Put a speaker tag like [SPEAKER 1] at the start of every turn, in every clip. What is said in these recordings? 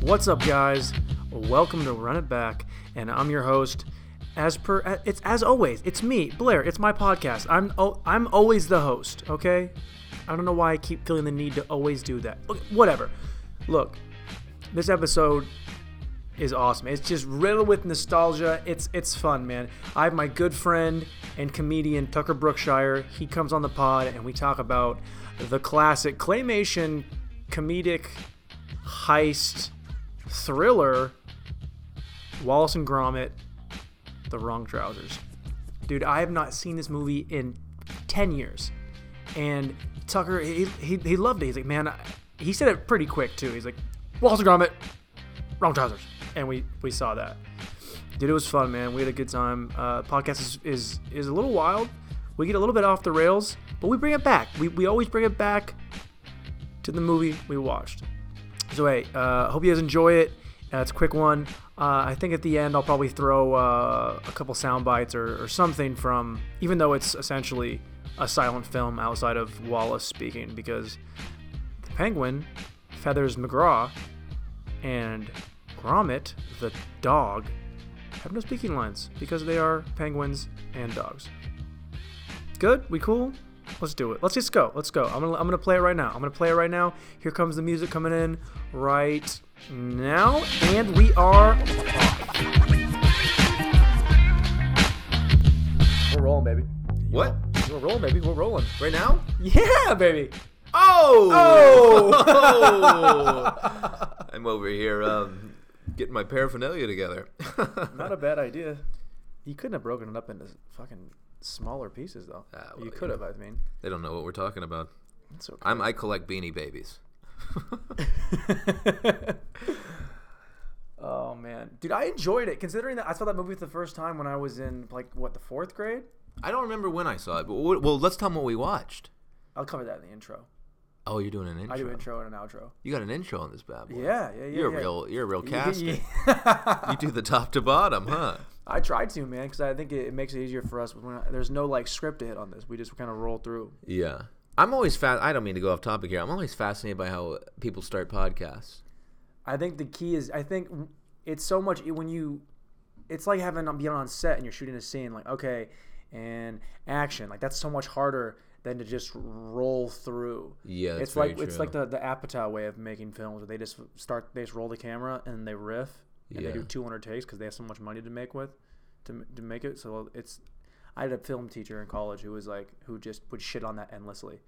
[SPEAKER 1] What's up, guys? Welcome to Run It Back, and I'm your host. As per, it's as always, it's me, Blair. It's my podcast. I'm oh, I'm always the host. Okay, I don't know why I keep feeling the need to always do that. Look, Whatever. Look, this episode is awesome. It's just riddled with nostalgia. It's it's fun, man. I have my good friend and comedian Tucker Brookshire. He comes on the pod and we talk about the classic claymation comedic heist thriller Wallace and Gromit The Wrong Trousers. Dude, I have not seen this movie in 10 years. And Tucker he he, he loved it. He's like, "Man, I, he said it pretty quick too. He's like, Wallace and Gromit, wrong trousers and we we saw that dude it was fun man we had a good time uh, podcast is, is is a little wild we get a little bit off the rails but we bring it back we, we always bring it back to the movie we watched so hey uh, hope you guys enjoy it uh, it's a quick one uh, i think at the end i'll probably throw uh, a couple sound bites or, or something from even though it's essentially a silent film outside of wallace speaking because the penguin feathers mcgraw and Gromit, the dog, have no speaking lines because they are penguins and dogs. Good? We cool? Let's do it. Let's just go. Let's go. I'm gonna I'm gonna play it right now. I'm gonna play it right now. Here comes the music coming in right now, and we are we're rolling, baby.
[SPEAKER 2] What?
[SPEAKER 1] We're rolling, baby. We're rolling.
[SPEAKER 2] Right now?
[SPEAKER 1] Yeah, baby.
[SPEAKER 2] Oh!
[SPEAKER 1] Oh!
[SPEAKER 2] I'm over here um, getting my paraphernalia together.
[SPEAKER 1] Not a bad idea. You couldn't have broken it up into fucking smaller pieces, though.
[SPEAKER 2] Ah, well,
[SPEAKER 1] you
[SPEAKER 2] you
[SPEAKER 1] could
[SPEAKER 2] know.
[SPEAKER 1] have, I mean.
[SPEAKER 2] they don't know what we're talking about.
[SPEAKER 1] It's okay.
[SPEAKER 2] I'm, I collect beanie babies.
[SPEAKER 1] oh man, dude, I enjoyed it. Considering that I saw that movie for the first time when I was in like what the fourth grade.
[SPEAKER 2] I don't remember when I saw it, but w- well, let's tell them what we watched.
[SPEAKER 1] I'll cover that in the intro.
[SPEAKER 2] Oh, you're doing an intro.
[SPEAKER 1] I do intro and an outro.
[SPEAKER 2] You got an intro on this bad boy.
[SPEAKER 1] Yeah, yeah, yeah.
[SPEAKER 2] You're a
[SPEAKER 1] yeah.
[SPEAKER 2] real, you're a real
[SPEAKER 1] You-
[SPEAKER 2] caster.
[SPEAKER 1] you-
[SPEAKER 2] you do the top to bottom, huh?
[SPEAKER 1] I tried to, man, because I think it, it makes it easier for us. When I, there's no like script to hit on this. We just kind of roll through.
[SPEAKER 2] Yeah. I'm always fast. I don't mean to go off topic here. I'm always fascinated by how people start podcasts.
[SPEAKER 1] I think the key is I think it's so much when you it's like having uh, being on set and you're shooting a scene like okay and action like that's so much harder than to just roll through.
[SPEAKER 2] Yeah, that's
[SPEAKER 1] it's like
[SPEAKER 2] very
[SPEAKER 1] it's like
[SPEAKER 2] true.
[SPEAKER 1] the the Apatow way of making films where they just start they just roll the camera and they riff and they
[SPEAKER 2] Yeah.
[SPEAKER 1] do 200 takes because they have so much money to make with to to make it. So it's I had a film teacher in college who was like who just would shit on that endlessly.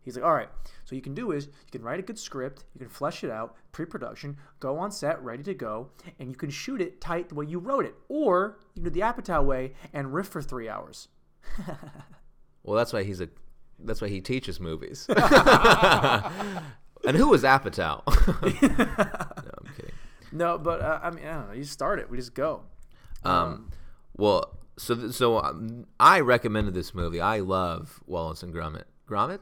[SPEAKER 1] He's like, all right, so you can do is you can write a good script, you can flesh it out, pre-production, go on set, ready to go, and you can shoot it tight the way you wrote it, or you can do the Apatow way and riff for three hours.
[SPEAKER 2] Well, that's why he's a. That's why he teaches movies. and who was Apatow? no, I'm kidding.
[SPEAKER 1] No, but uh, I mean, I don't know. You just start it. We just go.
[SPEAKER 2] Um, well, so th- so um, I recommended this movie. I love Wallace and Gromit. Gromit?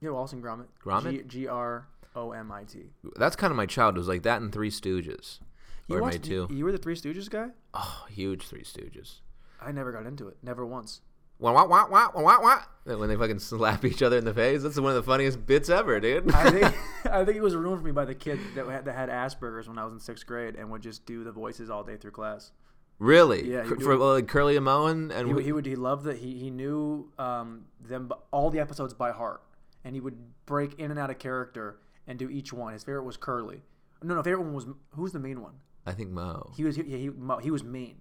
[SPEAKER 1] You know, Wallace and Gromit.
[SPEAKER 2] Gromit?
[SPEAKER 1] G- G R O M I T.
[SPEAKER 2] That's kind of my childhood. It was like that and Three Stooges.
[SPEAKER 1] You
[SPEAKER 2] or my
[SPEAKER 1] watched-
[SPEAKER 2] two.
[SPEAKER 1] You were the Three Stooges guy.
[SPEAKER 2] Oh, huge Three Stooges.
[SPEAKER 1] I never got into it. Never once.
[SPEAKER 2] Wah, wah, wah, wah, wah, wah, wah. And When they fucking slap each other in the face, that's one of the funniest bits ever, dude.
[SPEAKER 1] I think I think it was ruined for me by the kid that had, that had Asperger's when I was in sixth grade and would just do the voices all day through class.
[SPEAKER 2] really?
[SPEAKER 1] Yeah, you
[SPEAKER 2] Cur-
[SPEAKER 1] do
[SPEAKER 2] For like, Curly and Moen and
[SPEAKER 1] He,
[SPEAKER 2] we-
[SPEAKER 1] would- he would he loved that he he knew um, them b- all the episodes by heart, and he would break in and out of character and do each one. His favorite was Curly. No, no, favorite one was who's the mean one.
[SPEAKER 2] I think Mo.
[SPEAKER 1] He was he he, mo- he was mean.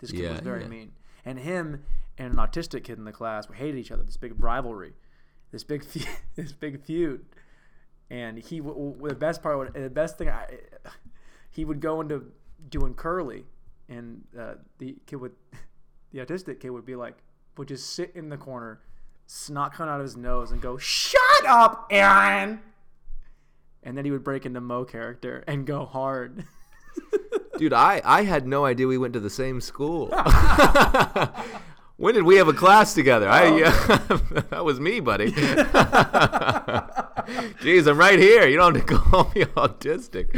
[SPEAKER 1] This kid was
[SPEAKER 2] Oh. Yeah,
[SPEAKER 1] very
[SPEAKER 2] yeah.
[SPEAKER 1] mean, and him and an autistic kid in the class we hated each other. This big rivalry, this big fe- this big feud, and he w- w- the best part, would- the best thing, I, he would go into doing curly, and uh, the kid would, the autistic kid would be like, would just sit in the corner, snot coming out of his nose, and go, "Shut up, Aaron." And then he would break into Mo character and go hard.
[SPEAKER 2] Dude, I, I had no idea we went to the same school. when did we have a class together? I that was me, buddy. Jeez, I'm right here. You don't have to call me autistic.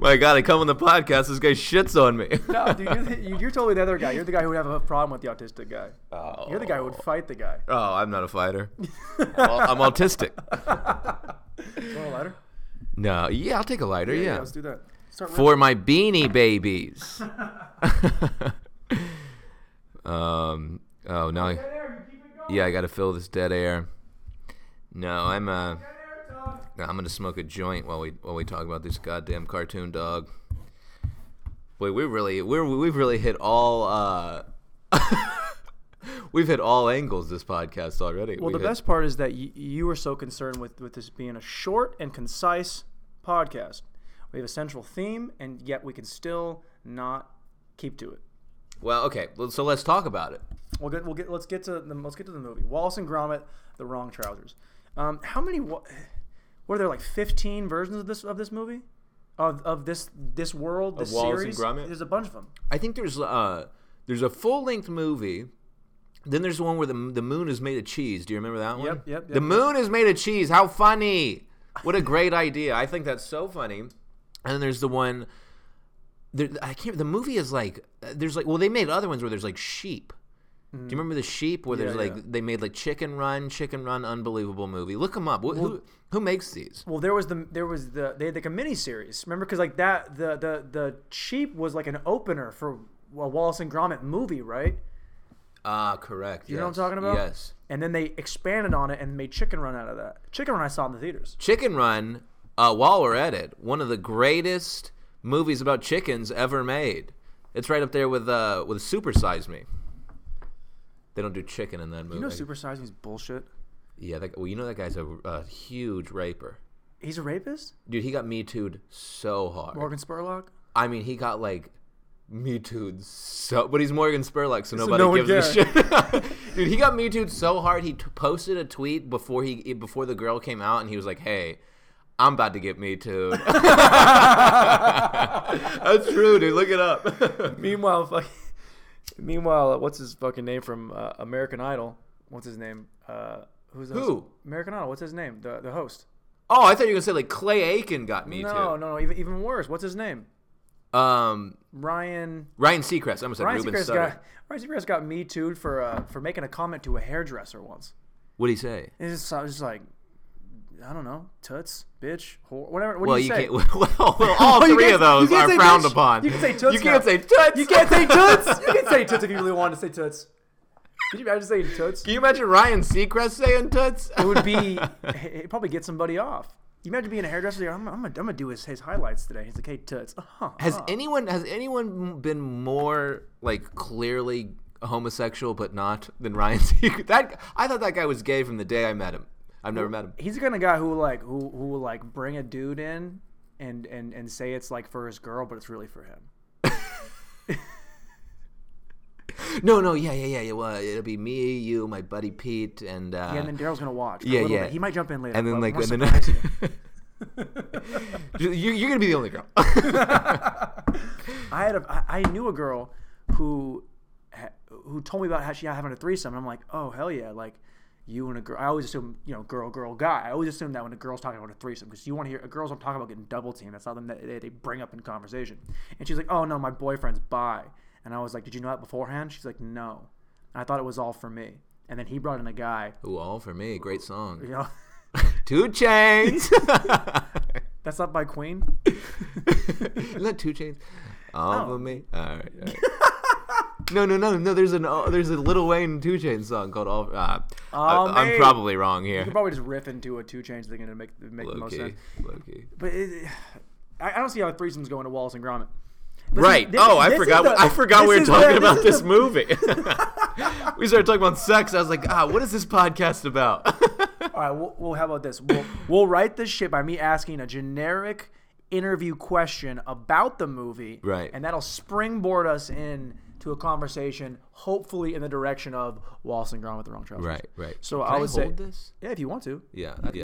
[SPEAKER 2] My God, I come on the podcast. This guy shits on me.
[SPEAKER 1] No, dude, you're, the, you're totally the other guy. You're the guy who would have a problem with the autistic guy. You're the guy who would fight the guy.
[SPEAKER 2] Oh, I'm not a fighter. I'm, au- I'm autistic.
[SPEAKER 1] You want a lighter?
[SPEAKER 2] No, yeah, I'll take a lighter. Yeah.
[SPEAKER 3] let's do that. Start
[SPEAKER 2] For my beanie babies. um. Oh no. I- yeah, I gotta fill this dead air. No, I'm uh. no, I'm gonna smoke a joint while we while we talk about this goddamn cartoon dog. Boy, we really we're we've really hit all uh. we've hit all angles this podcast already.
[SPEAKER 1] Well,
[SPEAKER 2] We've
[SPEAKER 1] the
[SPEAKER 2] hit-
[SPEAKER 1] best part is that y- you were so concerned with, with this being a short and concise podcast. We have a central theme, and yet we can still not keep to it.
[SPEAKER 2] Well, okay, well, so let's talk about it.
[SPEAKER 1] We'll get, we'll get, let's get to the, let's get to the movie. Wallace and Gromit, The Wrong Trousers. Um, how many? Wa- were there like 15 versions of this of this movie, of, of this this world, this
[SPEAKER 2] Wallace and
[SPEAKER 1] series?
[SPEAKER 2] Gromit?
[SPEAKER 1] There's a bunch of them.
[SPEAKER 2] I think there's uh there's a full length movie. Then there's the one where the the moon is made of cheese. Do you remember that one?
[SPEAKER 1] Yep, yep,
[SPEAKER 2] The
[SPEAKER 1] yep.
[SPEAKER 2] moon is made of cheese. How funny! What a great idea. I think that's so funny. And then there's the one. There, I can't. The movie is like there's like well they made other ones where there's like sheep. Do you remember the sheep where there's
[SPEAKER 1] Mm-hmm. Yeah,
[SPEAKER 2] like
[SPEAKER 1] yeah.
[SPEAKER 2] they made like Chicken Run, Chicken Run, unbelievable movie. Look them up. Wh- who who makes these?
[SPEAKER 1] Well, there was the there was the they had like a mini series. Remember, because like that the the the cheap was like an opener for a Wallace and Gromit movie, right?
[SPEAKER 2] Ah, correct. You
[SPEAKER 1] know what I'm talking about?
[SPEAKER 2] Yes.
[SPEAKER 1] And then they expanded on it and made Chicken Run out of that. Chicken Run I saw in the theaters.
[SPEAKER 2] Chicken Run, uh, while we're at it, one of the greatest movies about chickens ever made. It's right up there with uh, with Super Size Me. They don't do chicken in that movie.
[SPEAKER 1] You know, Super Size Me's bullshit.
[SPEAKER 2] yeah, that, well, you know that guy's a, a huge raper.
[SPEAKER 1] He's a rapist.
[SPEAKER 2] Dude, he got Me Too'd so hard.
[SPEAKER 1] Morgan Spurlock.
[SPEAKER 2] I mean, he got like Me Too'd so, but he's Morgan Spurlock, so nobody
[SPEAKER 1] no one
[SPEAKER 2] gives him a shit. Dude, he got Me Too'd so hard. He t- posted a tweet before he before the girl came out, and he was like, "Hey, I'm about to get Me Too'd." That's true, dude. Look it up.
[SPEAKER 1] Meanwhile, fuck, meanwhile, uh, what's his fucking name from uh, American Idol? What's his name? Uh, who's the host?
[SPEAKER 2] Who?
[SPEAKER 1] American Idol? What's his name? The the host.
[SPEAKER 2] Oh, I thought you were gonna say like Clay Aiken got Me
[SPEAKER 1] no,
[SPEAKER 2] Too'd.
[SPEAKER 1] no, no, even even worse. What's his name?
[SPEAKER 2] Um,
[SPEAKER 1] Ryan.
[SPEAKER 2] Ryan Seacrest. I almost said
[SPEAKER 1] Ryan
[SPEAKER 2] Ruben
[SPEAKER 1] Seacrest
[SPEAKER 2] Sutter.
[SPEAKER 1] got Ryan Seacrest got me too for uh, for making a comment to a hairdresser once.
[SPEAKER 2] What'd he say?
[SPEAKER 1] It's just, I was just like, I don't know, toots, bitch, whore, whatever. What
[SPEAKER 2] Well,
[SPEAKER 1] do you,
[SPEAKER 2] you
[SPEAKER 1] say?
[SPEAKER 2] can't. Well, well, all
[SPEAKER 1] Oh, you
[SPEAKER 2] three
[SPEAKER 1] can't-
[SPEAKER 2] of those
[SPEAKER 1] you can't
[SPEAKER 2] are
[SPEAKER 1] say
[SPEAKER 2] frowned
[SPEAKER 1] bitch.
[SPEAKER 2] upon.
[SPEAKER 1] You can say toots
[SPEAKER 2] You can't
[SPEAKER 1] now.
[SPEAKER 2] say toots.
[SPEAKER 1] you can't say toots. You can say toots if you really wanted to say toots. Could you imagine saying toots?
[SPEAKER 2] Can you imagine Ryan Seacrest saying toots?
[SPEAKER 1] It would be it'd probably get somebody off. You imagine being a hairdresser. you're, I'm, I'm, gonna, I'm gonna do his, his highlights today. He's like, hey, toots. Uh-huh.
[SPEAKER 2] Has anyone has anyone been more like clearly homosexual but not than Ryan Seacrest? That I thought that guy was gay from the day I met him. I've never met him.
[SPEAKER 1] He's the kind of guy who like who who will like bring a dude in and and and say it's like for his girl, but it's really for him.
[SPEAKER 2] No, no, yeah, yeah, yeah, yeah. Well, it'll be me, you, my buddy Pete, and uh,
[SPEAKER 1] Yeah, and then Daryl's gonna watch. for a
[SPEAKER 2] yeah,
[SPEAKER 1] little
[SPEAKER 2] yeah.
[SPEAKER 1] bit. He might jump in later.
[SPEAKER 2] and then
[SPEAKER 1] but
[SPEAKER 2] like
[SPEAKER 1] we're
[SPEAKER 2] and then
[SPEAKER 1] surprised.
[SPEAKER 2] you, you're gonna be the only girl.
[SPEAKER 1] I had a I, I knew a girl who ha- who told me about how she having a threesome. And I'm like, oh hell yeah, like you and a girl. I always assume you know girl girl guy. I always assume that when a girl's talking about a threesome because you want to hear girls don't talk about getting double teamed. That's something that they, they bring up in conversation. And she's like, oh no, my boyfriend's bi. And I was like, did you know that beforehand? She's like, no. And I thought it was all for me. And then he brought in a guy.
[SPEAKER 2] Ooh, all for me. Great song.
[SPEAKER 1] You know,
[SPEAKER 2] Two chains.
[SPEAKER 1] that's not by Queen.
[SPEAKER 2] Isn't that two chains? All
[SPEAKER 1] Oh.
[SPEAKER 2] for me. All right. all right. no, no, no, no. There's an oh, there's a Little Wayne two chain song called All. Uh,
[SPEAKER 1] All
[SPEAKER 2] I,
[SPEAKER 1] Me.
[SPEAKER 2] am probably wrong here.
[SPEAKER 1] You could probably just riff into a two chains thing and it'd make it'd make the most
[SPEAKER 2] Low-key,
[SPEAKER 1] sense.
[SPEAKER 2] low-key.
[SPEAKER 1] But it, I, I don't see how threesomes go into Wallace and Gromit. This
[SPEAKER 2] Right.
[SPEAKER 1] is- thi-
[SPEAKER 2] oh, I
[SPEAKER 1] this is
[SPEAKER 2] forgot.
[SPEAKER 1] the-
[SPEAKER 2] I forgot we
[SPEAKER 1] this
[SPEAKER 2] were
[SPEAKER 1] is the-
[SPEAKER 2] talking about
[SPEAKER 1] is
[SPEAKER 2] this
[SPEAKER 1] the-
[SPEAKER 2] movie. we started talking about sex. I was like, ah, what is this podcast about?
[SPEAKER 1] All right. Well, well, how about this? We'll, we'll write this shit by me asking a generic interview question about the movie.
[SPEAKER 2] Right.
[SPEAKER 1] And that'll springboard us in to a conversation, hopefully in the direction of Wallace and Gromit: The Wrong Trousers.
[SPEAKER 2] right. Right.
[SPEAKER 1] So
[SPEAKER 2] Can
[SPEAKER 1] I would say-
[SPEAKER 2] hold this.
[SPEAKER 1] Yeah, if you want to.
[SPEAKER 2] Yeah. yeah.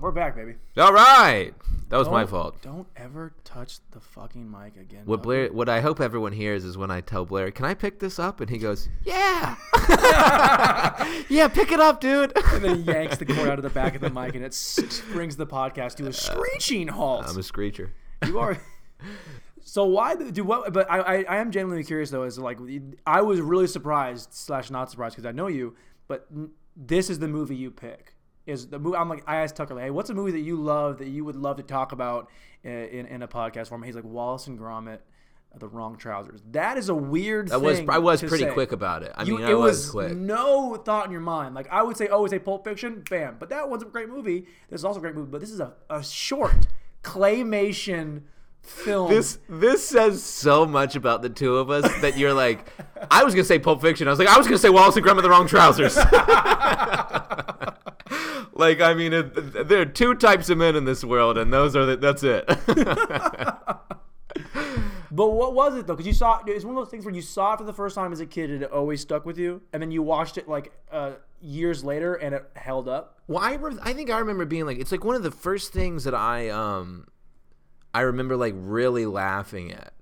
[SPEAKER 1] We're back, baby.
[SPEAKER 2] All right. That was my
[SPEAKER 1] Don't-
[SPEAKER 2] fault.
[SPEAKER 1] Don't ever touch the fucking mic again.
[SPEAKER 2] What
[SPEAKER 1] dog.
[SPEAKER 2] Blair? What I hope everyone hears is when I tell Blair, "Can I pick this up?" and he goes, "Yeah, yeah, pick it up, dude."
[SPEAKER 1] And then he yanks the cord out of the back of the mic, and it brings the podcast to a screeching halt.
[SPEAKER 2] I'm a screecher.
[SPEAKER 1] You are. So why do what? But I, I I am genuinely curious though. Is like I was really surprised slash not surprised because I know you, but n- this is the movie you pick. is the movie. I'm like, I asked Tucker, like, hey, what's a movie that you love that you would love to talk about in, in, in a podcast form? He's like, Wallace and Gromit, The Wrong Trousers. That is a weird
[SPEAKER 2] I was
[SPEAKER 1] thing
[SPEAKER 2] I was
[SPEAKER 1] to
[SPEAKER 2] pretty
[SPEAKER 1] say.
[SPEAKER 2] quick about it. I
[SPEAKER 1] You-
[SPEAKER 2] mean,
[SPEAKER 1] it
[SPEAKER 2] I was,
[SPEAKER 1] was
[SPEAKER 2] quick.
[SPEAKER 1] no thought in your mind. Like I would say, oh, it's a Pulp Fiction, bam. But that one's a great movie. This is also a great movie, but this is a, a short claymation film.
[SPEAKER 2] This this says so much about the two of us that you're like, I was gonna say Pulp Fiction. I was like, I was gonna say Wallace and Gromit: The Wrong Trousers. like, I mean, it, there are two types of men in this world, and those are the, that's it.
[SPEAKER 1] But what was it though? Because you saw it was one of those things where you saw it for the first time as a kid, and it always stuck with you. And then you watched it like uh, years later, and it held up.
[SPEAKER 2] Well, I, re- I think I remember being like, it's like one of the first things that I um, I remember like really laughing at.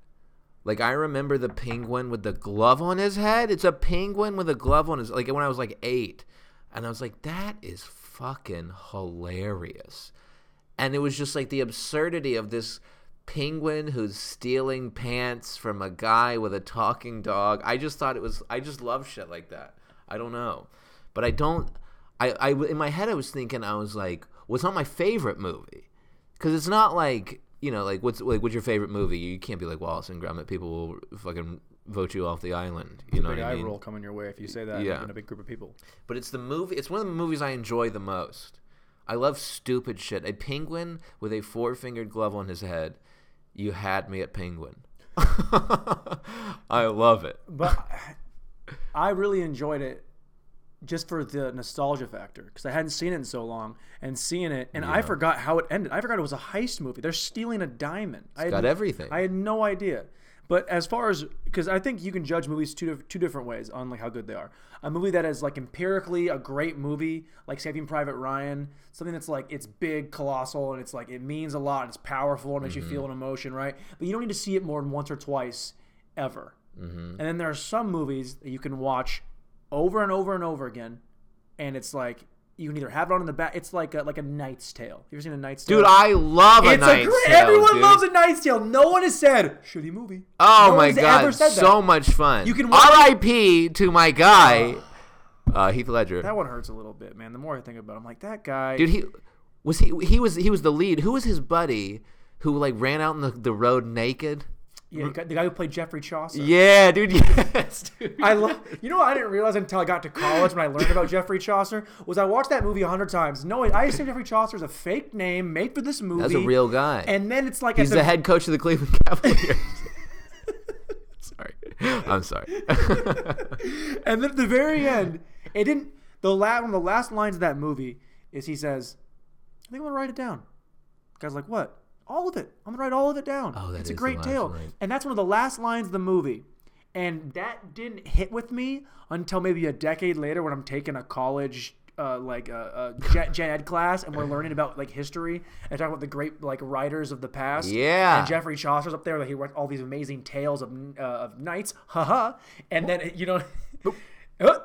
[SPEAKER 2] Like I remember the penguin with the glove on his head. It's a penguin with a glove on his like when I was like eight, and I was like, that is fucking hilarious. And it was just like the absurdity of this penguin who's stealing pants from a guy with a talking dog. I just thought it was. I just love shit like that. I don't know, but I don't. I, I in my head I was thinking I was like, what's not my favorite movie? Because it's not like you know, like what's like what's your favorite movie? You can't be like Wallace and Gromit. People will fucking vote you off the island. You know
[SPEAKER 1] Big
[SPEAKER 2] what
[SPEAKER 1] eye
[SPEAKER 2] I mean?
[SPEAKER 1] roll coming your way if you say that
[SPEAKER 2] Yeah.
[SPEAKER 1] in a big group of people.
[SPEAKER 2] But it's the movie. It's one of the movies I enjoy the most. I love stupid shit. A penguin with a four-fingered glove on his head. You had me at penguin. I love it.
[SPEAKER 1] But I really enjoyed it just for the nostalgia factor because I hadn't seen it in so long, and seeing it, and I forgot how it ended. I forgot it was a heist movie. They're stealing a diamond. I
[SPEAKER 2] Got
[SPEAKER 1] had-
[SPEAKER 2] everything.
[SPEAKER 1] I had no idea. But as far as because I think you can judge movies two dif- two different ways on like how good they are. A movie that is like empirically a great movie, like Saving Private Ryan, something that's like it's big, colossal, and it's like it means a lot, it's powerful, it makes you feel an emotion, right? But you don't need to see it more than once or twice ever. And then there are some movies that you can watch over and over and over again, and it's like you can either have it on in the back. It's like a, like a Knight's Tale. You ever seen a Knight's Tale?
[SPEAKER 2] Dude, I love a
[SPEAKER 1] It's a
[SPEAKER 2] Knight's
[SPEAKER 1] great.
[SPEAKER 2] Tale,
[SPEAKER 1] everyone
[SPEAKER 2] dude.
[SPEAKER 1] loves a Knight's Tale. No one has said shitty movie.
[SPEAKER 2] Oh
[SPEAKER 1] No
[SPEAKER 2] my
[SPEAKER 1] one's
[SPEAKER 2] god,
[SPEAKER 1] ever said that.
[SPEAKER 2] so much fun.
[SPEAKER 1] You can watch-
[SPEAKER 2] R.I.P. to my guy, uh, Heath Ledger.
[SPEAKER 1] That one hurts a little bit, man. The more I think about, it, I'm like that guy.
[SPEAKER 2] Dude, he was he he was he was the lead. Who was his buddy who like ran out in the, the road naked?
[SPEAKER 1] yeah, the guy- the guy who played Jeffrey Chaucer.
[SPEAKER 2] Yeah, dude. Yes, dude.
[SPEAKER 1] I love. You know what I didn't realize until I got to college when I learned about Jeffrey Chaucer was I watched that movie a hundred times. No, I assumed Jeffrey Chaucer is a fake name made for this movie.
[SPEAKER 2] That's a real guy.
[SPEAKER 1] And then it's like
[SPEAKER 2] He's
[SPEAKER 1] at
[SPEAKER 2] the head coach of the Cleveland Cavaliers. sorry, I'm sorry.
[SPEAKER 1] And then at the very end, it didn't. The la one of the last lines of that movie is he says, "I think I'm gonna write it down." guy's like, "What? All of it? I'm gonna write all of it down.
[SPEAKER 2] Oh, that
[SPEAKER 1] it's
[SPEAKER 2] is
[SPEAKER 1] a
[SPEAKER 2] the
[SPEAKER 1] great
[SPEAKER 2] last
[SPEAKER 1] tale."
[SPEAKER 2] line.
[SPEAKER 1] And that's one of the last lines of the movie. And that didn't hit with me until maybe a decade later when I'm taking a college. Uh, like a, a gen, gen ed class, and we're learning about like history and talking about the great like writers of the past.
[SPEAKER 2] Yeah.
[SPEAKER 1] and Jeffrey Chaucer's up there. Like he wrote all these amazing tales of uh, of knights, haha. And then you know,
[SPEAKER 2] Oh.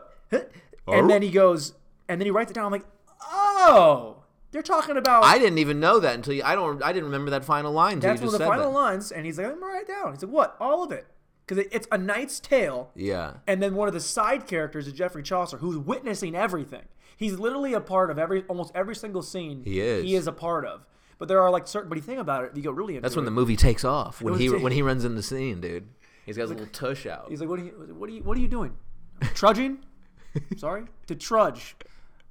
[SPEAKER 1] and then he goes, and then he writes it down. I'm like, oh, they're talking about.
[SPEAKER 2] I didn't even know that until you, I don't. I didn't remember that final line until
[SPEAKER 1] that's
[SPEAKER 2] you
[SPEAKER 1] one
[SPEAKER 2] just
[SPEAKER 1] of the
[SPEAKER 2] said
[SPEAKER 1] final
[SPEAKER 2] that.
[SPEAKER 1] lines, and he's like, I'm gonna write it down. He's like, what? All of it, because it, it's a knight's tale.
[SPEAKER 2] Yeah.
[SPEAKER 1] And then one of the side characters is Jeffrey Chaucer, who's witnessing everything. He's literally a part of every almost every single scene.
[SPEAKER 2] He is.
[SPEAKER 1] He is a part of. But there are like certain. But you think about it, if you go really into
[SPEAKER 2] That's when
[SPEAKER 1] it,
[SPEAKER 2] the movie takes off when
[SPEAKER 1] was
[SPEAKER 2] he
[SPEAKER 1] t-
[SPEAKER 2] when he runs in the scene, dude. He's got his little tush out.
[SPEAKER 1] He's like, what are you, what are you, what are you doing? Trudging? Sorry? To trudge.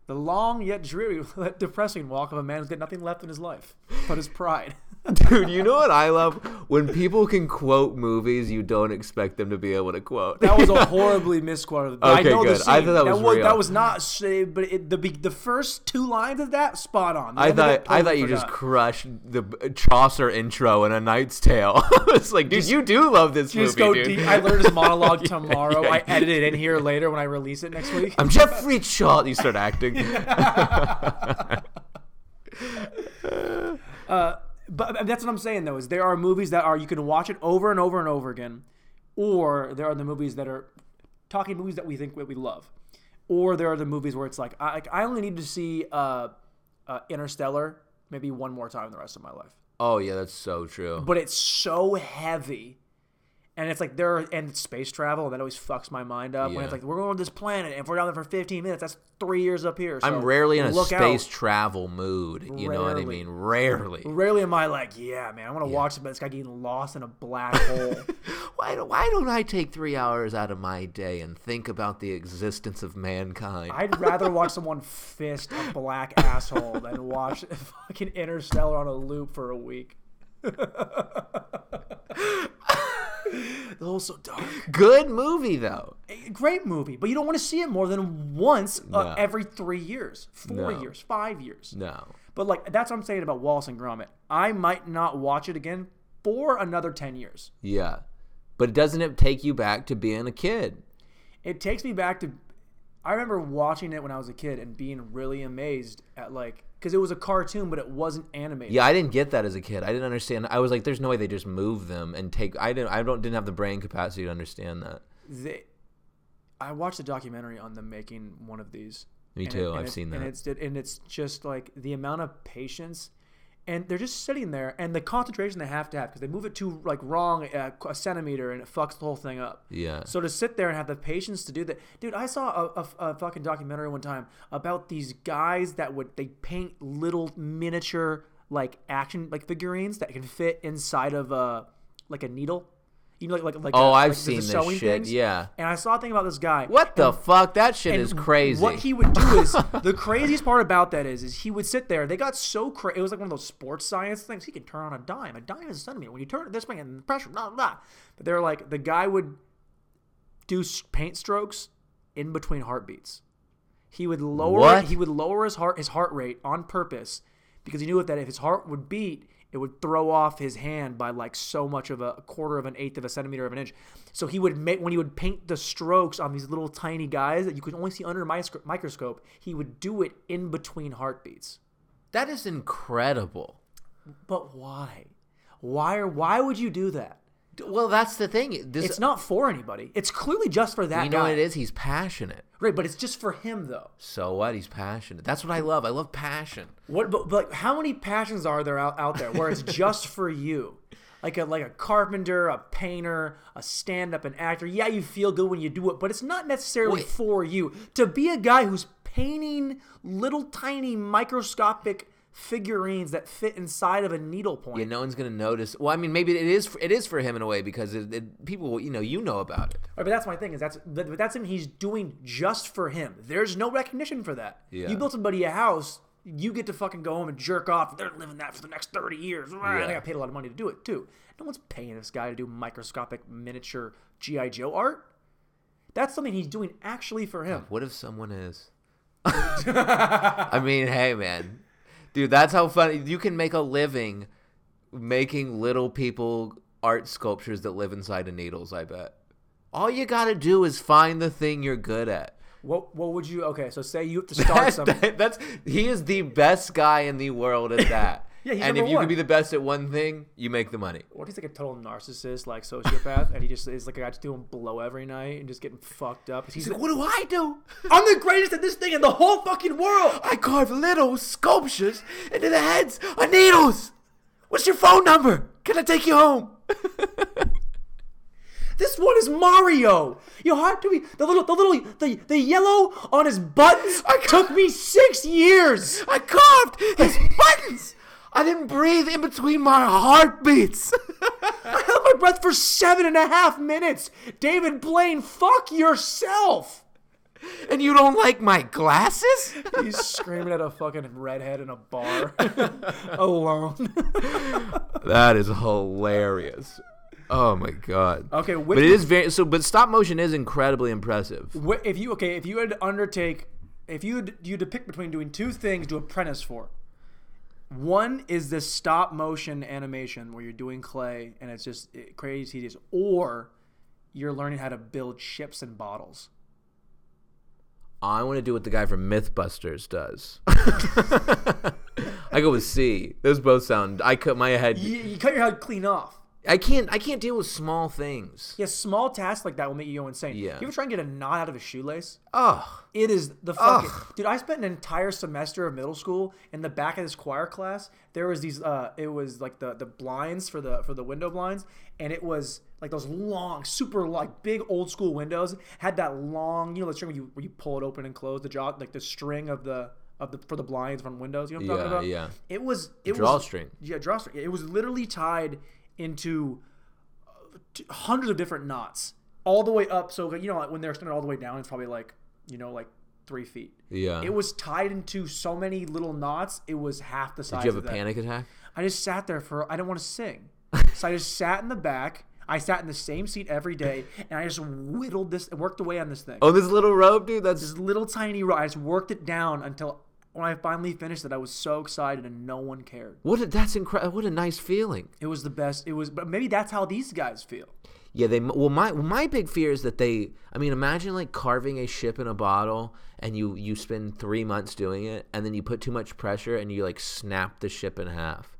[SPEAKER 1] The long yet dreary, depressing walk of a man who's got nothing left in his life but his pride.
[SPEAKER 2] Dude, you know what I love? When people can quote movies you don't expect them to be able to quote.
[SPEAKER 1] That was a horribly misquoted. I
[SPEAKER 2] Okay,
[SPEAKER 1] know the
[SPEAKER 2] good. I
[SPEAKER 1] scene.
[SPEAKER 2] thought that was real.
[SPEAKER 1] That was not, sh- but it, the be- the first two lines of that spot on. The
[SPEAKER 2] I
[SPEAKER 1] end of
[SPEAKER 2] thought
[SPEAKER 1] it,
[SPEAKER 2] I
[SPEAKER 1] totally
[SPEAKER 2] thought you just
[SPEAKER 1] forgot.
[SPEAKER 2] crushed the b- Chaucer intro in A Knight's Tale. it's like, dude, you do love this
[SPEAKER 1] just
[SPEAKER 2] movie,
[SPEAKER 1] go
[SPEAKER 2] dude.
[SPEAKER 1] deep. I learned his monologue tomorrow.
[SPEAKER 2] yeah,
[SPEAKER 1] I edit it in here later when I release it next week.
[SPEAKER 2] I'm Jeffrey Chaucer. You start acting.
[SPEAKER 1] But but that's what I'm saying though is there are movies that are you can watch it over and over and over again, or there are the movies that are talking movies that we think that we love, or there are the movies where it's like I like, I only need to see uh, uh, Interstellar maybe one more time the rest of my life,
[SPEAKER 2] Oh yeah, that's so true.
[SPEAKER 1] but it's so heavy, And it's like there and it's space travel, and that always fucks my mind up. When it's
[SPEAKER 2] Yeah.
[SPEAKER 1] like we're going to this planet, and if we're down there for 15 minutes, that's three years up here. So
[SPEAKER 2] I'm rarely in a
[SPEAKER 1] uh, look
[SPEAKER 2] space
[SPEAKER 1] Out.
[SPEAKER 2] travel mood. You know what I
[SPEAKER 1] Rarely.
[SPEAKER 2] mean? Rarely.
[SPEAKER 1] Rarely am I like, yeah, man, I want to watch this, but this guy getting lost in a black hole.
[SPEAKER 2] Why, do, why don't I take three hours out of my day and think about the existence of mankind?
[SPEAKER 1] I'd rather watch someone fist a black asshole than watch fucking Interstellar on a loop for a week. the hole's so dark.
[SPEAKER 2] Good movie though.
[SPEAKER 1] Great movie, but you don't want to see it more than once
[SPEAKER 2] No.
[SPEAKER 1] uh, every three years, four
[SPEAKER 2] No.
[SPEAKER 1] years, five years.
[SPEAKER 2] No.
[SPEAKER 1] But like that's what I'm saying about Wallace and Gromit. I might not watch it again for another ten years.
[SPEAKER 2] Yeah. But doesn't it take you back to being a kid?
[SPEAKER 1] It takes me back to. I remember watching it when I was a kid and being really amazed at like because it was a cartoon, but it wasn't animated.
[SPEAKER 2] Yeah, I didn't get that as a kid. I didn't understand. I was like, "There's no way they just move them and take." I didn't. I don't didn't have the brain capacity to understand that.
[SPEAKER 1] they I watched a documentary on them making one of these.
[SPEAKER 2] Me
[SPEAKER 1] and
[SPEAKER 2] too,
[SPEAKER 1] and
[SPEAKER 2] I've seen
[SPEAKER 1] And
[SPEAKER 2] that.
[SPEAKER 1] it's and it's just like the amount of patience, and they're just sitting there, and the concentration they have to have because they move it to like wrong a, a centimeter, and it fucks the whole thing up.
[SPEAKER 2] Yeah.
[SPEAKER 1] So to sit there and have the patience to do that, dude. I saw a, a, a fucking documentary one time about these guys that would they paint little miniature like action like figurines that can fit inside of a like a needle. You know, like like like uh,
[SPEAKER 2] oh, I've
[SPEAKER 1] like the
[SPEAKER 2] seen this
[SPEAKER 1] sewing
[SPEAKER 2] shit.
[SPEAKER 1] things?
[SPEAKER 2] Yeah.
[SPEAKER 1] And I saw a thing about this guy.
[SPEAKER 2] What the fuck? That shit
[SPEAKER 1] And
[SPEAKER 2] is crazy.
[SPEAKER 1] What he would do is the craziest part about that is is he would sit there. They got so crazy. It was like one of those sports science things. He could turn on a dime. A dime is a centimeter. When you turn it this way and the pressure, blah blah. But they're like the guy would do s- paint strokes in between heartbeats. He would lower.
[SPEAKER 2] What?
[SPEAKER 1] He would lower his heart his heart rate on purpose because he knew that if his heart would beat, it would throw off his hand by like so much of a, a quarter of an eighth of a centimeter of an inch. So he would make when he would paint the strokes on these little tiny guys that you could only see under a microsc- microscope. He would do it in between heartbeats.
[SPEAKER 2] that is incredible.
[SPEAKER 1] But why? Why? Or why would you do that?
[SPEAKER 2] D- Well, that's the thing. This
[SPEAKER 1] It's not for anybody. It's clearly just for that
[SPEAKER 2] you know
[SPEAKER 1] guy.
[SPEAKER 2] what it is. He's passionate.
[SPEAKER 1] Right, but it's just for him though.
[SPEAKER 2] So what? He's passionate. That's what I love. I love passion.
[SPEAKER 1] What? But, but like, how many passions are there out, out there where it's just for you? Like a like a carpenter, a painter, a stand up, an actor. Yeah, you feel good when you do it, but it's not necessarily
[SPEAKER 2] Wait.
[SPEAKER 1] for you. To be a guy who's painting little tiny microscopic figurines that fit inside of a needle point.
[SPEAKER 2] Yeah, no one's gonna notice. Well, I mean, maybe it is. For, it is for him in a way because it, it, people, will- you know, you know about it.
[SPEAKER 1] Right, but that's my thing is that's but but that's something he's doing just for him. There's no recognition for that.
[SPEAKER 2] Yeah.
[SPEAKER 1] You built somebody a house, you get to fucking go home and jerk off. They're living that for the next thirty years. And
[SPEAKER 2] Yeah.
[SPEAKER 1] I got paid a lot of money to do it too. No one's paying this guy to do microscopic miniature GI Joe art. That's something he's doing actually for him.
[SPEAKER 2] What if someone is? I mean, hey, man, dude, that's how funny you can make a living making little people art sculptures that live inside of needles. I bet. All you gotta do is find the thing you're good at.
[SPEAKER 1] What what would you? Okay, so say you have to start something.
[SPEAKER 2] that's he is the best guy in the world at that.
[SPEAKER 1] Yeah, he's
[SPEAKER 2] and
[SPEAKER 1] number
[SPEAKER 2] if you
[SPEAKER 1] one.
[SPEAKER 2] can be the best at one thing, you make the money.
[SPEAKER 1] What if he's like a total narcissist, like sociopath, and he just is like a guy just doing blow every night and just getting fucked up? He's,
[SPEAKER 2] He's like,
[SPEAKER 1] like,
[SPEAKER 2] what do I do?
[SPEAKER 1] I'm the greatest at this thing in the whole fucking world.
[SPEAKER 2] I carve little sculptures into the heads of needles. What's your phone number? Can I take you home?
[SPEAKER 1] This one is Mario. You hard to be the little the little the, the yellow on his buttons
[SPEAKER 2] I ca-
[SPEAKER 1] took me six years.
[SPEAKER 2] I carved his buttons. I didn't breathe in between my heartbeats.
[SPEAKER 1] I held my breath for seven and a half minutes. David Blaine, fuck yourself.
[SPEAKER 2] and you don't like my glasses?
[SPEAKER 1] He's screaming at a fucking redhead in a bar alone.
[SPEAKER 2] That is hilarious. Oh my god.
[SPEAKER 1] Okay, which
[SPEAKER 2] But it is very so but stop motion is incredibly impressive.
[SPEAKER 1] wh- if you okay if you had to undertake if you had, you had to pick between doing two things to apprentice for. One is this stop motion animation where you're doing clay and it's just it, crazy tedious, or you're learning how to build ships and bottles.
[SPEAKER 2] I want to do what the guy from Mythbusters does. I go with C. Those both sound I cut my head
[SPEAKER 1] You, you cut your head clean off.
[SPEAKER 2] I can't. I can't deal with small things.
[SPEAKER 1] Yes, small tasks like that will make you go insane.
[SPEAKER 2] Yeah.
[SPEAKER 1] You ever try and get a knot out of a shoelace?
[SPEAKER 2] Oh,
[SPEAKER 1] It is the fucking dude. I spent an entire semester of middle school in the back of this choir class. There was these. Uh, it was like the the blinds for the for the window blinds, and it was like those long, super like big old school windows had that long. You know the string where you, where you pull it open and close the jaw, like the string of the of the for the blinds on windows. You know what I'm talking
[SPEAKER 2] Yeah,
[SPEAKER 1] about? Yeah. It was it was
[SPEAKER 2] drawstring.
[SPEAKER 1] yeah drawstring. It was literally tied into uh, t- hundreds of different knots all the way up. So you know like, when they're extended all the way down, it's probably like you know like three feet.
[SPEAKER 2] Yeah.
[SPEAKER 1] It was tied into so many little knots. It was half the size.
[SPEAKER 2] Did you have a
[SPEAKER 1] of that.
[SPEAKER 2] panic attack?
[SPEAKER 1] I just sat there for. I didn't want to sing, so I just sat in the back. I sat in the same seat every day, and I just whittled this, worked away on this thing.
[SPEAKER 2] Oh, this little rope, dude. That's
[SPEAKER 1] This little tiny rope. I just worked it down until when I finally finished it. I was so excited, and no one cared.
[SPEAKER 2] what. A, that's incredible. What a nice feeling.
[SPEAKER 1] It was the best. It was, but maybe that's how these guys feel.
[SPEAKER 2] Yeah, they. Well, my my big fear is that they. I mean, imagine like carving a ship in a bottle, and you you spend three months doing it, and then you put too much pressure, and you like snap the ship in half.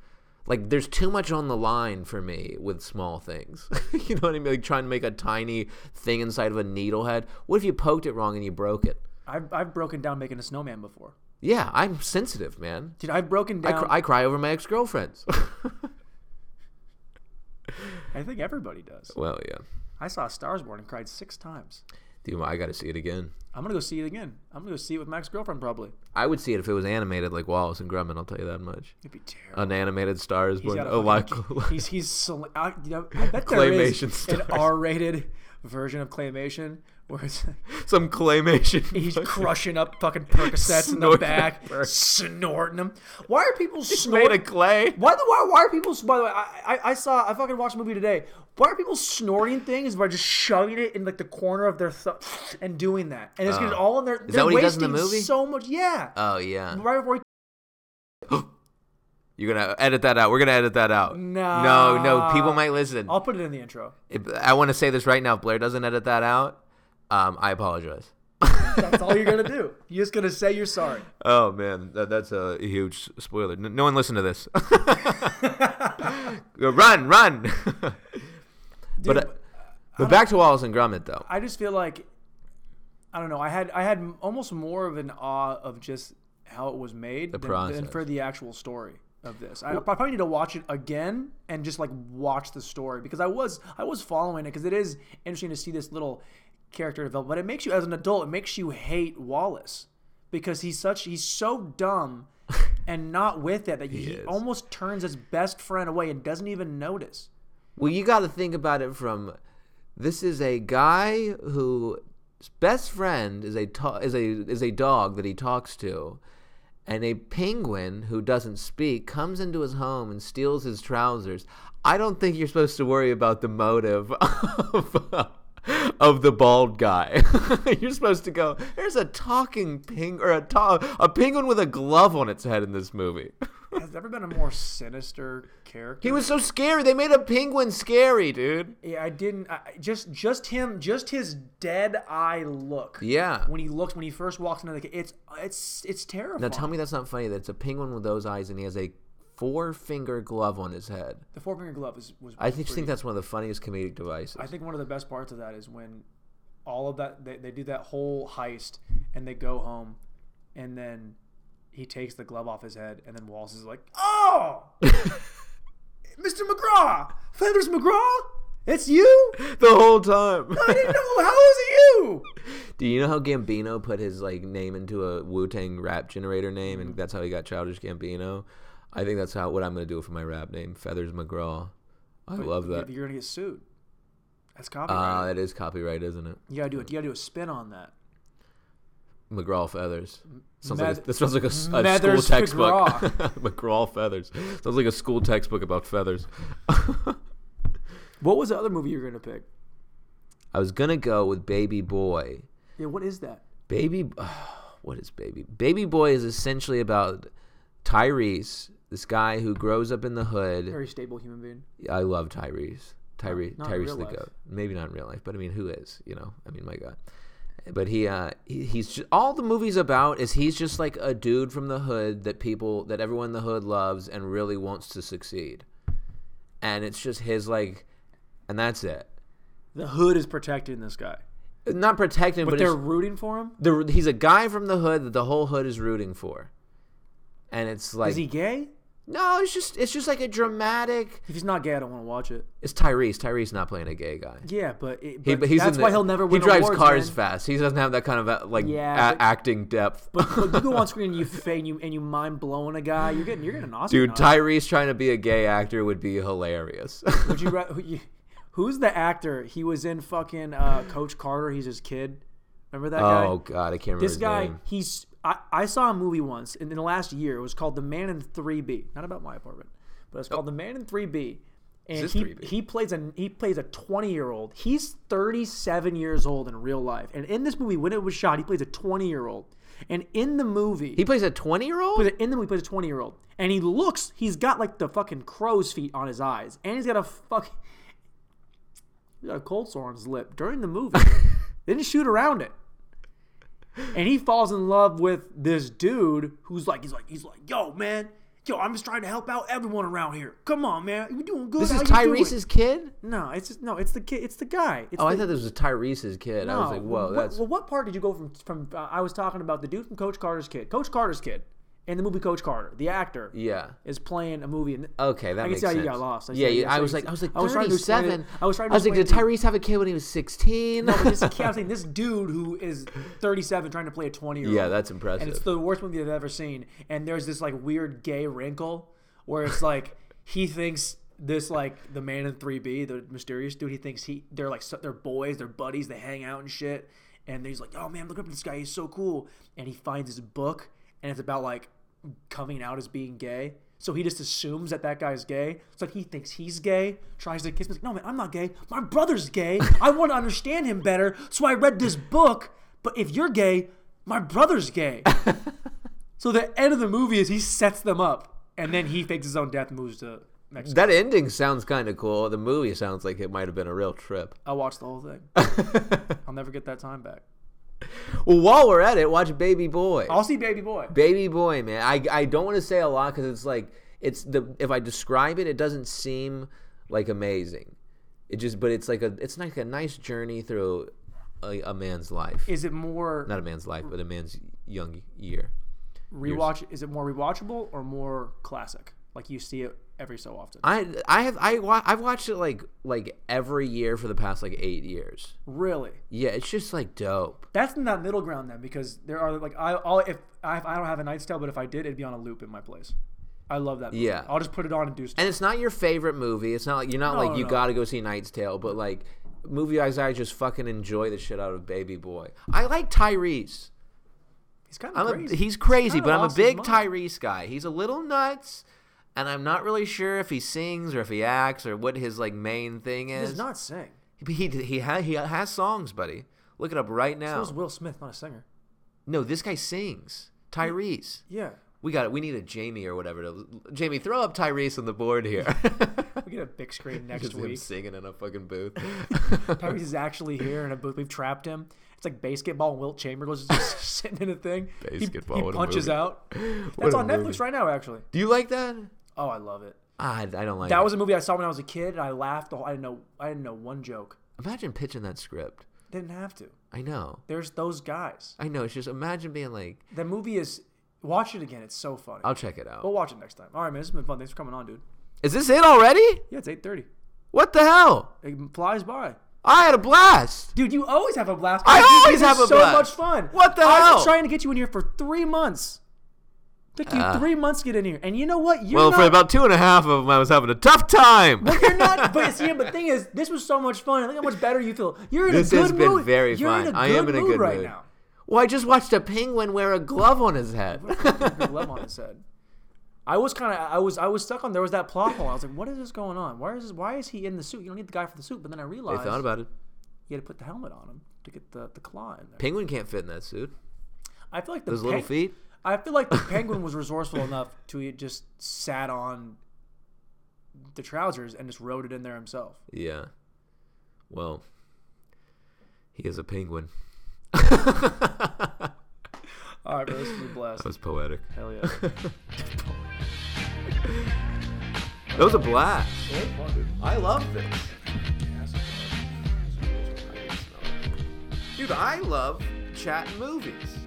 [SPEAKER 2] Like, there's too much on the line for me with small things. you know what I mean? Like trying to make a tiny thing inside of a needle head. What if you poked it wrong and you broke it?
[SPEAKER 1] I've, I've broken down making a snowman before,
[SPEAKER 2] Yeah, I'm sensitive, man.
[SPEAKER 1] dude. I've broken
[SPEAKER 2] I,
[SPEAKER 1] down.
[SPEAKER 2] cr- I cry over my ex girlfriends.
[SPEAKER 1] I think everybody does.
[SPEAKER 2] well, yeah.
[SPEAKER 1] I saw Stars Born and cried six times.
[SPEAKER 2] Dude, I got to see it again.
[SPEAKER 1] I'm gonna go see it again. I'm gonna go see it with Mac's girlfriend probably.
[SPEAKER 2] I would see it if it was animated like Wallace and Grumman, I'll tell you that much.
[SPEAKER 1] It'd be terrible.
[SPEAKER 2] An animated Star is Born.
[SPEAKER 1] got a
[SPEAKER 2] Uh, Oh, like,
[SPEAKER 1] fucking- He's he's sl- I, you know, I bet there is
[SPEAKER 2] Claymation stars.
[SPEAKER 1] an R-rated version of claymation where it's,
[SPEAKER 2] some claymation.
[SPEAKER 1] he's crushing up fucking Percocets in the
[SPEAKER 2] Snorting
[SPEAKER 1] back,
[SPEAKER 2] Perc-
[SPEAKER 1] snorting them. Why are people
[SPEAKER 2] made of
[SPEAKER 1] snorting?
[SPEAKER 2] clay.
[SPEAKER 1] Why the why, why are people? By the way, I, I I saw I fucking watched a movie today. Why are people snorting things by just shoving it in like the corner of their thumb and doing that? And it's 'cause it's all in their. Is
[SPEAKER 2] Oh. that what he does in the movie?
[SPEAKER 1] So much, yeah.
[SPEAKER 2] Oh yeah.
[SPEAKER 1] right before he
[SPEAKER 2] You're gonna edit that out. We're gonna edit that out.
[SPEAKER 1] No.
[SPEAKER 2] No, no. People might listen.
[SPEAKER 1] I'll put it in the intro.
[SPEAKER 2] If- I want to say this right now. If Blair doesn't edit that out, um, I apologize.
[SPEAKER 1] That's all you're gonna do. You're just gonna say you're sorry.
[SPEAKER 2] Oh man, that, that's a huge spoiler. N- no one listen to this. run, run. but uh, but back to Wallace and Gromit though.
[SPEAKER 1] I just feel like I don't know. I had I had m- almost more of an awe of just how it was made than, than
[SPEAKER 2] process.
[SPEAKER 1] for the actual story of this. I, I probably need to watch it again and just like watch the story because I was I was following it because it is interesting to see this little character develop. But it makes you as an adult, it makes you hate Wallace because he's such he's so dumb and not with it that he,
[SPEAKER 2] is.
[SPEAKER 1] almost turns his best friend away and doesn't even notice.
[SPEAKER 2] Well, you got to think about it from this is a guy whose best friend is a to- is a is a dog that he talks to, and a penguin who doesn't speak comes into his home and steals his trousers. I don't think you're supposed to worry about the motive of, of the bald guy. you're supposed to go. There's a talking ping or a to- a penguin with a glove on its head in this movie.
[SPEAKER 1] Has there ever been a more sinister character?
[SPEAKER 2] he was so scary. They made a penguin scary, dude.
[SPEAKER 1] Yeah, I didn't. I, I- just, just him, just his dead eye look.
[SPEAKER 2] Yeah.
[SPEAKER 1] When he looks, when he first walks into the, ca- it's, it's, it's terrifying.
[SPEAKER 2] Now tell me that's not funny. That's a penguin with those eyes, and he has a four finger glove on his head.
[SPEAKER 1] the four finger glove is was.
[SPEAKER 2] I just think that's one of the funniest comedic devices.
[SPEAKER 1] I think one of the best parts of that is when all of that they, they do that whole heist and they go home, and then he takes the glove off his head, and then Wallace is like, "Oh, Mr. McGraw, Feathers McGraw, it's you."
[SPEAKER 2] The whole time.
[SPEAKER 1] I didn't know. How is it you?
[SPEAKER 2] Do you know how Gambino put his like name into a Wu Tang rap generator name, and that's how he got Childish Gambino? I think that's how what I'm gonna do for my rap name, Feathers McGraw. I love that.
[SPEAKER 1] You're gonna get sued. That's copyright.
[SPEAKER 2] Ah, that is copyright, isn't it?
[SPEAKER 1] You gotta do it. You gotta do a spin on that.
[SPEAKER 2] McGraw feathers. Sounds like
[SPEAKER 1] Meth-
[SPEAKER 2] a, that sounds like a, s- a school
[SPEAKER 1] Methers
[SPEAKER 2] textbook. McGraw feathers. Sounds like a school textbook about feathers.
[SPEAKER 1] What was the other movie you were gonna pick?
[SPEAKER 2] I was gonna go with Baby Boy.
[SPEAKER 1] Yeah, what is that?
[SPEAKER 2] Baby, what is Baby? Baby Boy is essentially about Tyrese, this guy who grows up in the hood.
[SPEAKER 1] Very stable human being.
[SPEAKER 2] I love Tyrese. Tyrese,
[SPEAKER 1] Not- not in real
[SPEAKER 2] Tyrese the
[SPEAKER 1] life.
[SPEAKER 2] goat. Maybe not in real life, but I mean, who is? You know, I mean, my God. But he, uh, he he's just, all the movie's about is he's just like a dude from the hood that people that everyone in the hood loves and really wants to succeed. and it's just his like, and that's it.
[SPEAKER 1] The hood is protecting this guy,
[SPEAKER 2] Not protecting,
[SPEAKER 1] but,
[SPEAKER 2] but,
[SPEAKER 1] they're
[SPEAKER 2] it's
[SPEAKER 1] rooting for him.
[SPEAKER 2] they're, he's a guy from the hood that the whole hood is rooting for, and it's like
[SPEAKER 1] Is he gay?
[SPEAKER 2] no, it's just it's just like a dramatic.
[SPEAKER 1] If he's not gay, I don't want to watch it.
[SPEAKER 2] It's Tyrese. Tyrese not playing a gay guy.
[SPEAKER 1] Yeah, but, it,
[SPEAKER 2] He,
[SPEAKER 1] but
[SPEAKER 2] but he's
[SPEAKER 1] that's
[SPEAKER 2] in
[SPEAKER 1] why
[SPEAKER 2] the-
[SPEAKER 1] he'll never win.
[SPEAKER 2] He drives
[SPEAKER 1] awards,
[SPEAKER 2] cars
[SPEAKER 1] man.
[SPEAKER 2] fast. He doesn't have that kind of uh, like
[SPEAKER 1] Yeah,
[SPEAKER 2] a-
[SPEAKER 1] but-
[SPEAKER 2] acting depth.
[SPEAKER 1] But you go on screen and you fade and you and you mind blowing a guy. You're getting you're getting an Oscar.
[SPEAKER 2] Dude,
[SPEAKER 1] nod.
[SPEAKER 2] Tyrese trying to be a gay actor would be hilarious.
[SPEAKER 1] Would you, ra- who you? Who's the actor? He was in fucking uh, Coach Carter. He's his kid. Remember that guy?
[SPEAKER 2] oh God, I can't remember
[SPEAKER 1] This
[SPEAKER 2] his
[SPEAKER 1] guy,
[SPEAKER 2] name.
[SPEAKER 1] he's. I, I saw a movie once in, in the last year. It was called The Man in 3B. Not about my apartment, but it's called The Man in 3B. And
[SPEAKER 2] Oh. this
[SPEAKER 1] he,
[SPEAKER 2] 3B?
[SPEAKER 1] he plays a he plays a 20 year old. He's 37 years old in real life. And in this movie, when it was shot, he plays a 20 year old. And in the movie,
[SPEAKER 2] He plays a twenty-year-old.
[SPEAKER 1] plays in the movie plays a 20 year old and he looks he's got like the fucking crow's feet on his eyes and he's got a fuck he's got a cold sore on his lip during the movie they didn't shoot around it and he falls in love with this dude who's like he's like he's like yo man yo i'm just trying to help out everyone around here come on man you doing good
[SPEAKER 2] This is
[SPEAKER 1] How you doing?"
[SPEAKER 2] Tyrese's kid.
[SPEAKER 1] no it's just, no it's the kid it's the guy it's
[SPEAKER 2] Oh,
[SPEAKER 1] the,
[SPEAKER 2] I thought this was Tyrese's kid. I was like, whoa,
[SPEAKER 1] what,
[SPEAKER 2] that's
[SPEAKER 1] well, what part did you go from? From uh, I was talking about the dude from Coach Carter's Kid, Coach Carter's Kid, in the movie Coach Carter, the actor
[SPEAKER 2] yeah.
[SPEAKER 1] is playing a movie. And,
[SPEAKER 2] Okay, that
[SPEAKER 1] I can
[SPEAKER 2] makes
[SPEAKER 1] see how
[SPEAKER 2] sense.
[SPEAKER 1] you got lost. I see
[SPEAKER 2] yeah,
[SPEAKER 1] how you
[SPEAKER 2] yeah,
[SPEAKER 1] got
[SPEAKER 2] I was
[SPEAKER 1] lost.
[SPEAKER 2] like, I was like,
[SPEAKER 1] I was trying to explain it.
[SPEAKER 2] thirty-seven.
[SPEAKER 1] I was trying to
[SPEAKER 2] like, did
[SPEAKER 1] explain
[SPEAKER 2] Tyrese have a kid when he was sixteen?
[SPEAKER 1] no, but this kid, I'm saying this dude who is 37 trying to play a 20 year old.
[SPEAKER 2] yeah, that's
[SPEAKER 1] and it's
[SPEAKER 2] impressive.
[SPEAKER 1] the worst movie I've ever seen. And there's this like weird gay wrinkle where it's like he thinks this like the man in 3B, the mysterious dude, he thinks he they're like so- they're boys, they're buddies, they hang out and shit. And he's like, oh man, look up at this guy, he's so cool. And he finds his book, and it's about like coming out as being gay. So he just assumes that that guy's gay. So he thinks he's gay, tries to kiss me. He's like, no, man, I'm not gay. My brother's gay. I want to understand him better. So I read this book. But if you're gay, my brother's gay. So the end of the movie is he sets them up, and then he fakes his own death, and moves to Mexico.
[SPEAKER 2] That ending sounds kind of cool. The movie sounds like it might have been a real trip.
[SPEAKER 1] I watched the whole thing. I'll never get that time back.
[SPEAKER 2] Well, while we're at it, watch Baby Boy.
[SPEAKER 1] I'll see Baby Boy.
[SPEAKER 2] Baby Boy, man. I I don't want to say a lot because it's like it's the if I describe it, it doesn't seem like amazing. It just, but it's like a it's like a nice journey through a, a man's life.
[SPEAKER 1] Is it more
[SPEAKER 2] Not a man's life, but a man's young year.
[SPEAKER 1] rewatch? Is it more rewatchable or more classic? Like you see it every so often.
[SPEAKER 2] I I have I wa- I've watched it like like every year for the past like eight years.
[SPEAKER 1] Really,
[SPEAKER 2] Yeah, it's just like dope.
[SPEAKER 1] that's not middle ground then, because there are like I all if I, if I don't have a Night's Tale, but if I did, it'd be on a loop in my place. I love that. Movie.
[SPEAKER 2] Yeah.
[SPEAKER 1] I'll just put it on and do stuff.
[SPEAKER 2] And it's not your favorite movie. It's not like you're not
[SPEAKER 1] No,
[SPEAKER 2] like
[SPEAKER 1] no,
[SPEAKER 2] you
[SPEAKER 1] no.
[SPEAKER 2] gotta go see Knight's Tale, but like movie eyes, I just fucking enjoy the shit out of Baby Boy. I like Tyrese.
[SPEAKER 1] He's kind
[SPEAKER 2] I'm
[SPEAKER 1] of
[SPEAKER 2] a,
[SPEAKER 1] crazy.
[SPEAKER 2] he's crazy,
[SPEAKER 1] Kinda
[SPEAKER 2] but I'm a
[SPEAKER 1] lost his
[SPEAKER 2] big
[SPEAKER 1] mind.
[SPEAKER 2] Tyrese guy. He's a little nuts, and I'm not really sure if he sings or if he acts or what his like main thing
[SPEAKER 1] he does
[SPEAKER 2] is.
[SPEAKER 1] not sing.
[SPEAKER 2] he he he, ha- he has songs, buddy. Look it up right
[SPEAKER 1] So
[SPEAKER 2] now.
[SPEAKER 1] is Will Smith, not a singer.
[SPEAKER 2] No, this guy sings. Tyrese.
[SPEAKER 1] Yeah,
[SPEAKER 2] We got it. We need a Jamie or whatever. To, Jamie, throw up Tyrese on the board here.
[SPEAKER 1] we get a big screen next
[SPEAKER 2] Just him
[SPEAKER 1] week.
[SPEAKER 2] singing in a fucking booth.
[SPEAKER 1] Tyrese is actually here in a booth. We've trapped him. It's like basketball and Wilt Chamberlain's just sitting in a thing. He-
[SPEAKER 2] Basketball,
[SPEAKER 1] He,
[SPEAKER 2] what a
[SPEAKER 1] punches
[SPEAKER 2] movie.
[SPEAKER 1] out.
[SPEAKER 2] What
[SPEAKER 1] That's
[SPEAKER 2] a
[SPEAKER 1] on
[SPEAKER 2] movie.
[SPEAKER 1] Netflix right now, actually.
[SPEAKER 2] Do you like that?
[SPEAKER 1] Oh, I love it.
[SPEAKER 2] Ah, I, I don't like
[SPEAKER 1] That
[SPEAKER 2] it.
[SPEAKER 1] was a movie I saw when I was a kid, and I laughed. The whole, I didn't know. I didn't know one joke.
[SPEAKER 2] Imagine pitching that script.
[SPEAKER 1] Didn't have to.
[SPEAKER 2] I know.
[SPEAKER 1] There's those guys.
[SPEAKER 2] I know. It's just imagine being like,
[SPEAKER 1] The movie is. Watch it again. It's so funny.
[SPEAKER 2] I'll check it out.
[SPEAKER 1] We'll watch it next time. All right, man. This has been fun. Thanks for coming on, dude.
[SPEAKER 2] Is this it already?
[SPEAKER 1] Yeah, it's eight thirty.
[SPEAKER 2] What the hell?
[SPEAKER 1] It flies by.
[SPEAKER 2] I had a blast.
[SPEAKER 1] Dude, you always have a blast.
[SPEAKER 2] I
[SPEAKER 1] Dude,
[SPEAKER 2] always
[SPEAKER 1] this is
[SPEAKER 2] have a
[SPEAKER 1] so
[SPEAKER 2] blast.
[SPEAKER 1] much fun.
[SPEAKER 2] What the
[SPEAKER 1] I've
[SPEAKER 2] hell?
[SPEAKER 1] been trying to get you in here for three months. Took you
[SPEAKER 2] Uh.
[SPEAKER 1] three months to get in here, and you know what? You're
[SPEAKER 2] well,
[SPEAKER 1] not,
[SPEAKER 2] for about two and a half of them, I was having a tough time.
[SPEAKER 1] you're not. But see, but the thing is, this was so much fun. Look how much better you feel. You're in a
[SPEAKER 2] This
[SPEAKER 1] good
[SPEAKER 2] has been
[SPEAKER 1] mood.
[SPEAKER 2] very
[SPEAKER 1] you're In
[SPEAKER 2] fun.
[SPEAKER 1] a
[SPEAKER 2] I
[SPEAKER 1] good
[SPEAKER 2] am in a
[SPEAKER 1] mood
[SPEAKER 2] good
[SPEAKER 1] right
[SPEAKER 2] mood.
[SPEAKER 1] now.
[SPEAKER 2] well, I just watched a penguin wear a glove on his head.
[SPEAKER 1] Good love on his head. I was kind of, I was, I was stuck on. There was that plot hole. I was like, what is this going on? Why is this? Why is he in the suit? You don't need the guy for the suit. But then I
[SPEAKER 2] I
[SPEAKER 1] realized
[SPEAKER 2] thought about it.
[SPEAKER 1] you had to put the helmet on him to get the the claw in there.
[SPEAKER 2] Penguin can't fit in that suit.
[SPEAKER 1] I feel like the
[SPEAKER 2] Those little
[SPEAKER 1] peng-
[SPEAKER 2] feet.
[SPEAKER 1] I feel like the penguin was resourceful enough to just sat on the trousers and just rode it in there himself.
[SPEAKER 2] Yeah. Well, he is a penguin.
[SPEAKER 1] All right, bro, this is a blast.
[SPEAKER 2] That was poetic.
[SPEAKER 1] Hell yeah.
[SPEAKER 2] That was a blast. I love this. Dude, I love chat movies.